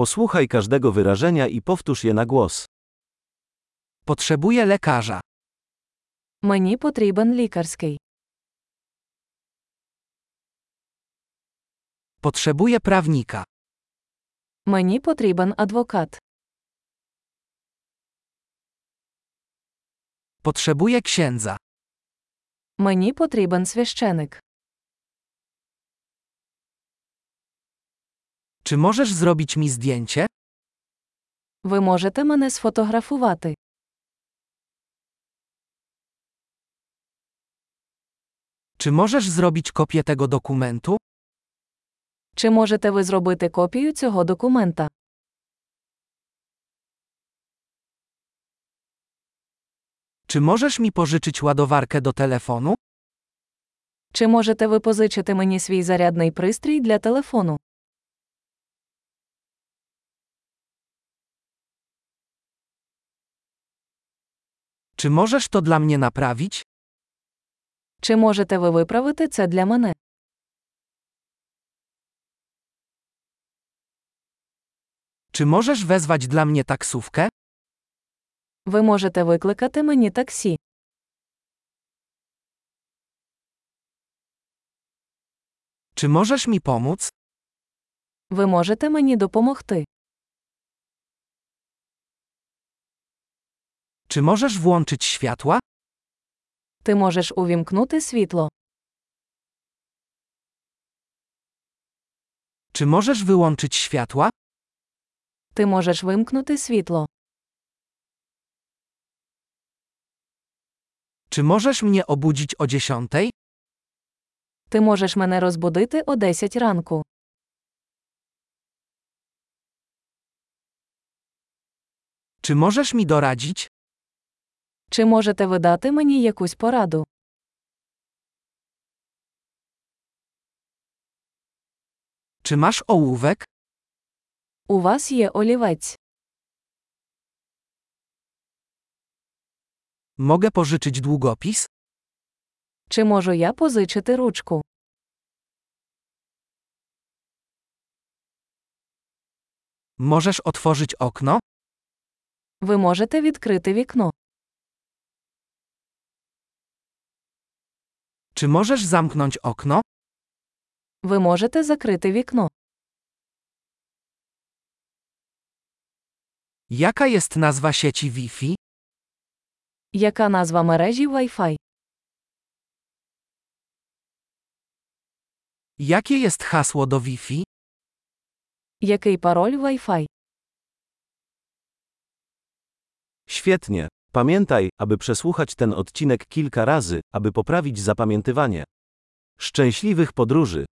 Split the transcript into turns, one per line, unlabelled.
Posłuchaj każdego wyrażenia i powtórz je na głos.
Potrzebuję lekarza.
Мені потрібен лікарський.
Potrzebuję prawnika.
Мені потрібен адвокат.
Potrzebuję księdza.
Мені потрібен священик.
Czy możesz zrobić mi zdjęcie?
Ви можете мене сфотографувати.
Czy możesz zrobić kopię tego dokumentu?
Чи можете ви зробити копію цього документа?
Czy możesz mi pożyczyć ładowarkę do telefonu?
Чи можете ви позичити мені свій зарядний пристрій для телефону?
Czy możesz to dla mnie naprawić?
Чи можете ви виправити це для мене?
Czy możesz wezwać dla mnie taksówkę?
Ви можете викликати мені таксі.
Czy możesz mi pomóc?
Ви можете мені допомогти.
Czy możesz włączyć światła?
Ти можеш увімкнути світло.
Czy możesz wyłączyć światła?
Ти можеш вимкнути світло.
Czy możesz mnie obudzić o dziesiątej?
Ти можеш мене розбудити о 10 ранку.
Czy możesz mi doradzić?
Чи можете ви дати мені якусь пораду?
Czy masz ołówek?
У вас є олівець.
Mogę pożyczyć długopis?
Чи можу я позичити ручку?
Możesz otworzyć okno?
Ви можете відкрити вікно.
Czy możesz zamknąć okno?
Ви можете закрити вікно.
Jaka jest nazwa sieci Wi-Fi?
Яка назва мережі Wi-Fi?
Jakie jest hasło do Wi-Fi?
Який пароль Wi-Fi?
Świetnie. Pamiętaj, aby przesłuchać ten odcinek kilka razy, aby poprawić zapamiętywanie. Szczęśliwych podróży!